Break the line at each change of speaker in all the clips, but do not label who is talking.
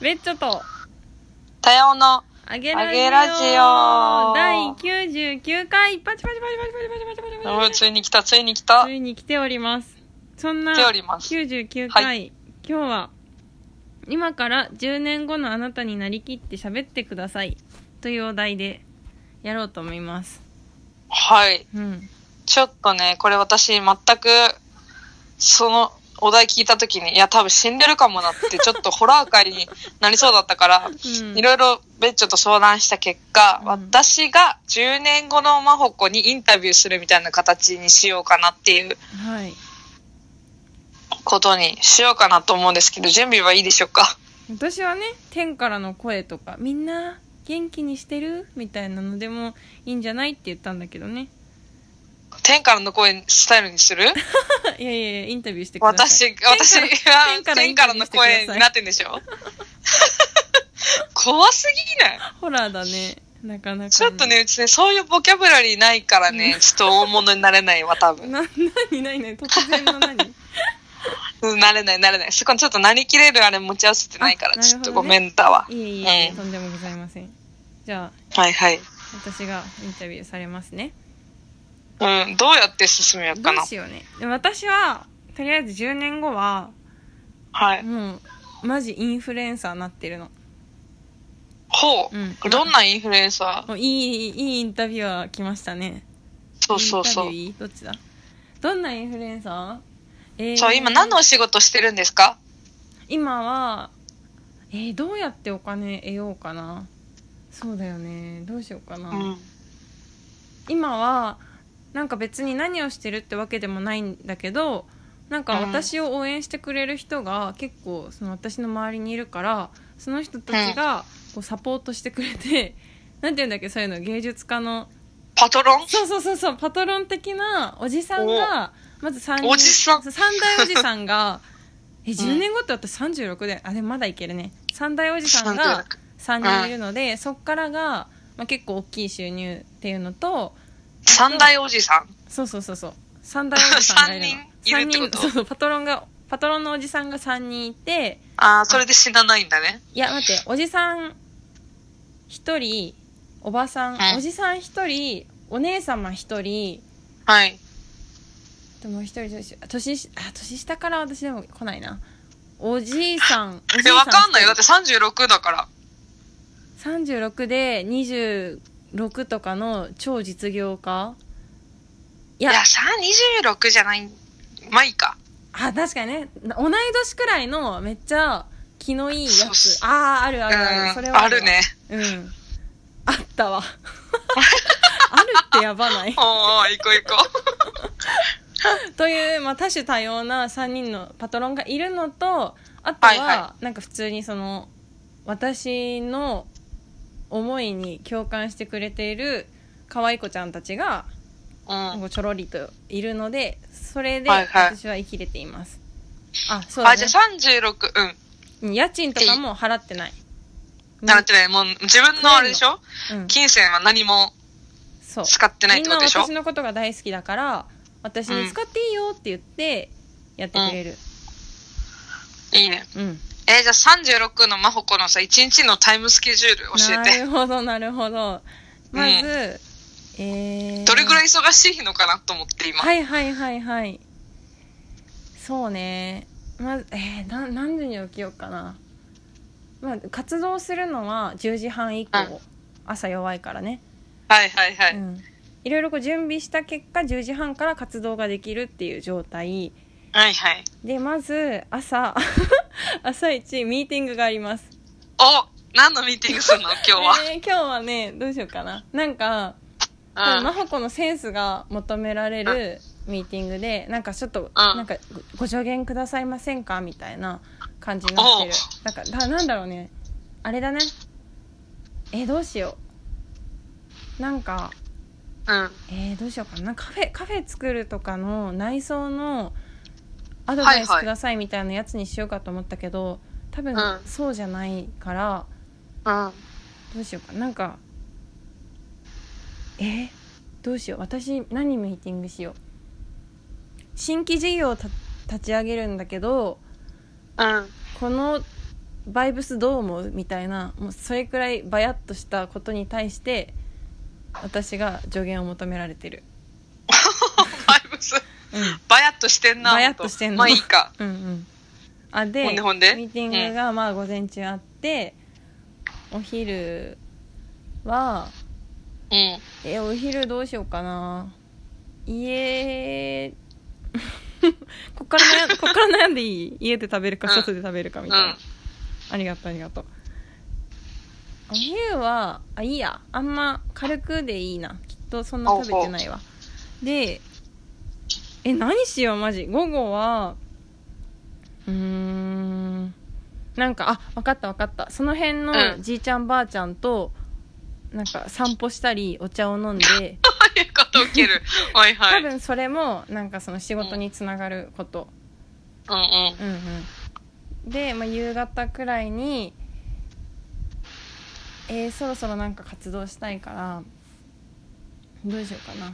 ベッチョと
多様の
あげラ
あ
ジオ
げラジオ
第99回パチパチパチパチパチパチパチパチパチパチ
ついに来たついに来た
ついに来ておりますそんな
来ております
99回、
は
今日は今から10年後のあなたになりきって喋ってくださいというお題でやろうと思います
はい
うん
ちょっとねこれ私全くそのお題聞いた時にいや多分死んでるかもな ってちょっとホラー界になりそうだったから、
うん
いろいろベッチョと相談した結果、
うん
私が10年後のマホコにインタビューするみたいな形にしようかなっていう
はい
ことにしようかなと思うんですけど準備はいいでしょうか
私はね天からの声とかみんな元気にしてるみたいなのでもいいんじゃないって言ったんだけどね
天からの声スタイルにする
いやいやいやインタビューしてください
私、私が
天から
天からの声になってんでしょ 怖すぎない
ホラーだねなかなかね
ちょっとね、うちね、そういうボキャブラリーないからね、ちょっと大物になれないわ、多 分。
な何何何突然の 何
うんなれない、なれない。そこにちょっとなりきれるあれ持ち合わせてないから、
あ
ちょっ
な
と
るほ
ご
ど
め
ね
んだわ。
いえいえ、
うん
とんでもございませんじゃあ
はいはい。
私がインタビューされますね
うん、どうやって進めよう
ど
か
う
な。
しようねでも私はとりあえず10年後は
はい。
もうマジインフルエンサーなってるの
ほう、
うん
どんなインフルエンサー
もういいいいインタビュアー来ましたね
そうそう
イン
そ
タ
う
ビ。ューいいどっちだどんなインフルエンサー、えー
そう、今何のお仕事してるんですか
今は、えーどうやってお金得ようかなそうだよねどうしようかな、
うん。
今はなんか別に何をしてるってわけでもないんだけどなんか私を応援してくれる人が結構その私の周りにいるからその人たちがこうサポートしてくれて、 なんて言うんだっけそういうの芸術家の
パトロン
そうそうそうそうパトロン的なおじさんがまず3人
おじさん
3大おじさん がえ10年後って私36であでもまだいけるね3大おじさんが3人いるので、そっからが、まあ、結構大きい収入っていうのと
三大おじさん。
そうそうそうそう3大おじさんがいるの
三人いるってこと
三そうそうパトロンがパトロンのおじさんが3人いて
ああ、それで死なないんだね。
いや待っておじさん1人おばさん、
うん
おじさん1人お姉様1人
はい。
でもう一人どうしよう年しあ年下から私でも来ないなおじいさんおじい
え、
さ
わかんないよ。だってて36だから。
36で26とかの超実業家い
い
や
や、さ、26じゃない。まあいいか。
あ確かにね同い年くらいのめっちゃ気のいいや
そう
つ
そ
ああある
う
あ
ん。
るあるそれは
あるね。
うんあったわ あるってやば ない
おーおー、行こう行こう。
という、まあ、多種多様な3人のパトロンがいるのとあとは、
はいは
なんか普通にその私の思いに共感してくれている可愛い子ちゃんたちが
うん。
こうちょろりといるのでそれで
はいはい
私は生きれています、あそうだ、
あ、
ね
じゃ、あ36、うん。
家賃とかも払ってない
習ってない。もう自分のあれでしょ
うん、
金銭は何も
そう
使ってないってことでしょ
みんな私のことが大好きだから私に使っていいよって言ってやってくれる
いいね。
うん
えーじゃあ36の真帆子のさ、1日のタイムスケジュール教え
な
て。
るほどなるほどまず、えー、
どれぐらい
い
忙しいのかなと思って今。
はいはいはいはいそうねまずえー、な何時に起きようかな、まあ、活動するのは10時半以降、
うん
朝弱いからね、
はいはい
う
はい。
ん、いろいろこう準備した結果10時半から活動ができるっていう状態
はいはい。
でまず朝 朝一ミーティングがあります
お何のミーティングするの今日は。
えー今日はねどうしようかななんか
うん。
マホコのセンスが求められるミーティングでなんかちょっと、なんかごご助言くださいませんかみたいな感じになってるなんかだなんだろうねあれだねえどうしようなんか
うん。
えーどうしようかなカフェカフェ作るとかの内装のアドバイス
はいはい
くださいみたいなやつにしようかと思ったけど、多分
うん
そうじゃないから、
うん。
どうしようかなんかえーどうしよう私何ミーティングしよう新規事業をた立ち上げるんだけど
うん。
このバイブスどう思うみたいなもうそれくらいバヤッとしたことに対して私が助言を求められてる、
バイブス、
うん、
バヤっとしてんな。
バヤっとしてんの
まあいいか。
うんうんあで
ほんでほんで
ミーティングがまあ午前中あって、お昼は
うん。
えお昼どうしようかな家 こっから悩んこっから悩んでいい家で食べるか
うん
外で食べるかみたいな、
うん
ありがとうありがとうお昼はあいいやあんま軽くでいいなきっとそんな食べてないわでえ何しようマジ午後はうーんなんかあ分かった分かったその辺の
うん
じいちゃんばあちゃんとなんか散歩したりお茶を飲ん で
ということを受ける。はいは
多
い。うんうん。
分それもなんかその仕事につながること、うんうん、で、まあ、夕方くらいにえー、そろそろなんか活動したいからどうしようかな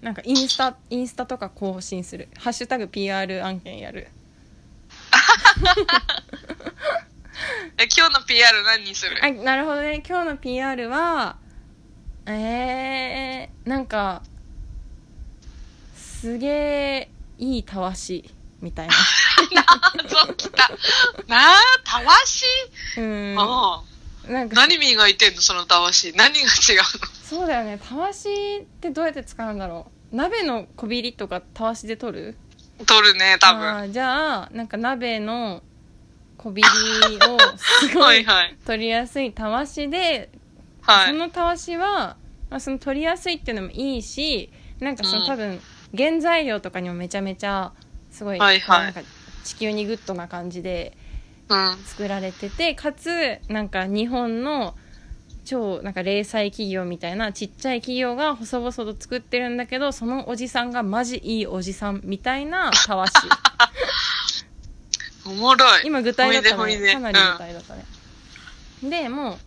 なんかインスタインスタとか更新する「ハッシュタグ #PR 案件やる
え、今日の PR 何にする」
あなるほどね今日の PR はえー、なんかすげえいいたわしみたいな
そうきた。なあ、たわし、
うん
ああ
なんか
何磨いてんのそのたわし。何が違う
そうだよねたわしってどうやって使うんだろう鍋のこびりとかたわしで取る
の取るね、多分。
あ
は
ーじゃあなんか鍋のこびりをすご
い
い
はい。
取りやすいたわしで、
は
そ
い。
のたわしは、まあ、その取りやすいっていうのもいいしなんかその、
うん
多分原材料とかにもめちゃめちゃすごい、
はいはい
なんか地球にグッドな感じで
うん。
作られててかつなんか日本の超なんか零細企業みたいなちっちゃい企業が細々と作ってるんだけどそのおじさんがマジいいおじさんみたいなた わし
おもろい。
今具体だった
ほいでほ
ね
いで
かなり具体だったね、でも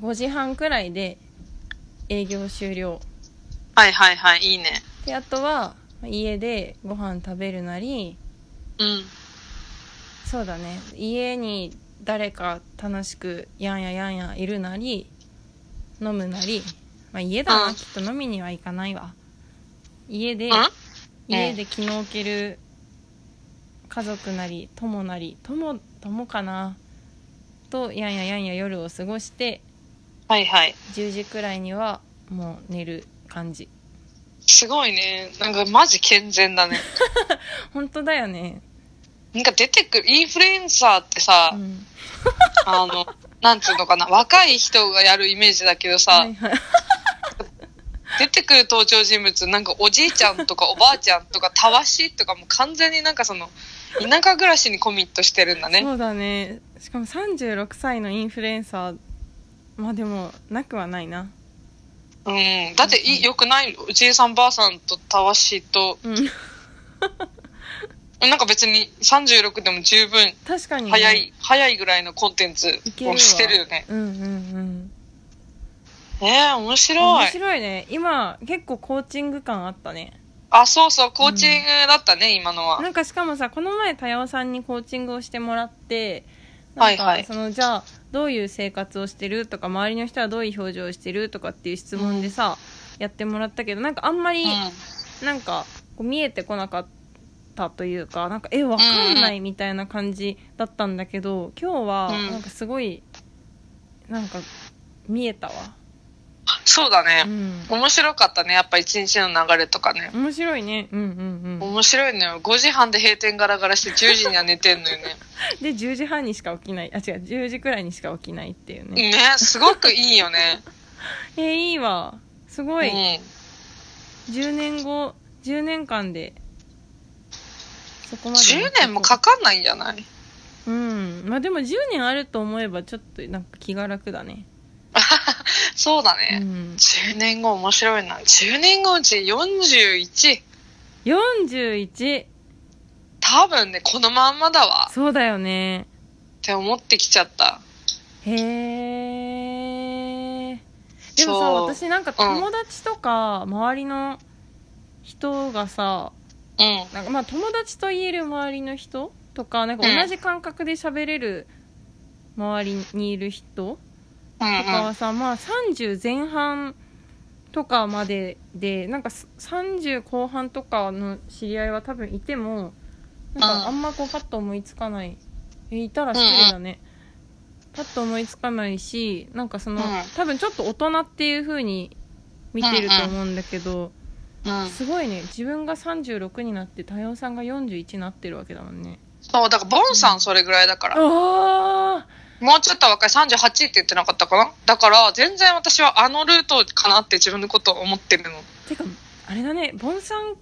う5時半くらいで営業終了
はいはいはい。いいね。
であとは家でご飯食べるなり
うん。
そうだね家に誰か楽しくやんややんやいるなり飲むなり、まあ、家だな、
うん
きっと飲みには行かないわ家で、
うん
家で気の置ける家族なり友なり友友かなとやんややんや夜を過ごして
はいはい。
10時くらいにはもう寝る感じ
すごいね。なんかマジ健全だね。
本当だよね
なんか出てくる、インフルエンサーってさ
う、ん
あの、なんつうのかな、若い人がやるイメージだけどさ、
はいはい
出てくる登場人物、なんかおじいちゃ んとかおばあちゃんとか、たわしとかもう完全になんかその、田舎暮らしにコミットしてるんだね。
そうだねしかも36歳のインフルエンサーまあでもなくはないな
うん。だっていい、よくないおじいさんばあさんとたわしと、
うん
なんか別に36でも十分
確かに、ね、
早い、早いぐらいのコンテンツ
いけるわ
をしてるよね。
うんうんうん
ええ面白
面
い。
白いね今結構コーチング感あったね
あ、そうそう、コーチングだったね、今のは。
なんかしかもさこの前田尾さんにコーチングをしてもらってなんか
はいはい
そのじゃあどういう生活をしてるとか周りの人はどういう表情をしてるとかっていう質問でさ、やってもらったけどなんかあんまり、
うん。
なんかこう見えてこなかったというかなんかえわかんないみたいな感じだったんだけど、今日は
うん
なんかすごいなんか見えたわ、
そうだね。
うん、
面白かったねやっぱ一日の流れとかね
面白いねうんうんうん
面白いのよ5時半で閉店ガラガラして10時には寝てんのよね
で10時半にしか起きないあ違う10時くらいにしか起きないっていうね
ねすごくいいよね
えーいいわすごい、10年後10年間でそこ
うん、
まで
10年もかかんないんじゃない
うんまあでも10年あると思えばちょっとなんか気が楽だね
そうだ
う
ね、
ん
10年後面白いな10年後うち41
41
多分ねこのまんまだわっ
そうだよね
て思ってきちゃった
へえでもさ
そう
私なんか友達とか周りの人がさ、
うん
なんかまあ友達と言える周りの人とかなんか同じ感覚で喋れる周りにいる人
うんうん
とかはさ、まあ30前半とかまででなんかす30後半とかの知り合いは多分いてもなん
うん
かあんまこうパッと思いつかないえいたら失礼だね、パッと思いつかないしなんかその、
うん
多分ちょっと大人っていう風に見てると思うんだけど、
うん
すごいね自分が36になって太陽さんが41になってるわけだもんね
そうだからボンさんそれぐらいだから
あ
もうちょっと若い38って言ってなかったかなだから全然私はあのルートかなって自分のことを思ってるの
ーてかあれだねボンさん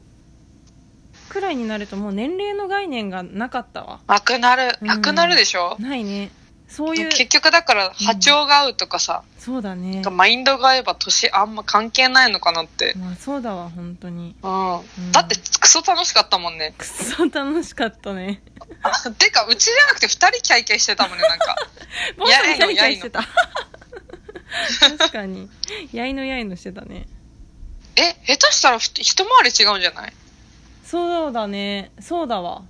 くらいになるともう年齢の概念がなかったわ
なくなる
うん
なくなるでしょ、
ないねそういう
結局だから波長が合うとかさ、
そうだね
なんかマインドが合えば年あんま関係ないのかなって、
まあそうだわ本当に
うん
ん
だってクソ楽しかったもんね
くっそ楽しかったね
てかうちじゃなくて2人キャイキャイしてたもんねなん か
ボンさん
やい
キャ
の
イキャイ してた確かにやいのやいのしてたね
え下手したらふ一回り違うんじゃない
そうだねそうだわ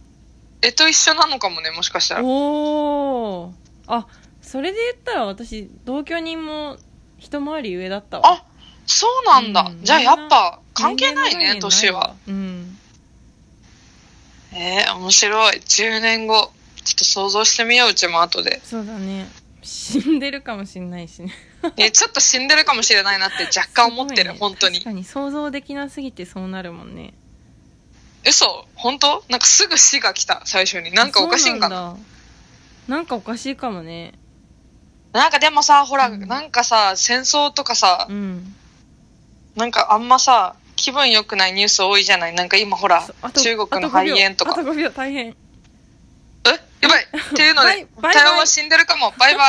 えと一緒なのかもねもしかしたら
おおあそれで言ったら私同居人も一回り上だったわ
あそうなんだ、
うん
じゃあやっぱ関係ない
人間の概念
ね年は
うん
えー、面白い10年後ちょっと想像してみよううちも 後で
そうだね死んでるかもしんないしね
えちょっと死んでるかもしれないなって若干思って
すご
る、
いね
本当
確
に
かに想像できなすぎてそうなるもんね
嘘本当なんかすぐ死が来た最初になんかおかしいんかな
そうなんだなんかおかしいかもね
なんかでもさほら、
うん
なんかさ戦争とかさ、
うん
なんかあんまさ気分良くないニュース多いじゃないなんか今ほら
そう
中国の
あと5秒
肺炎とか
あと5秒大変
えやばいっていうの で、
はいバイバイ
太郎は死んでるかもバイバイ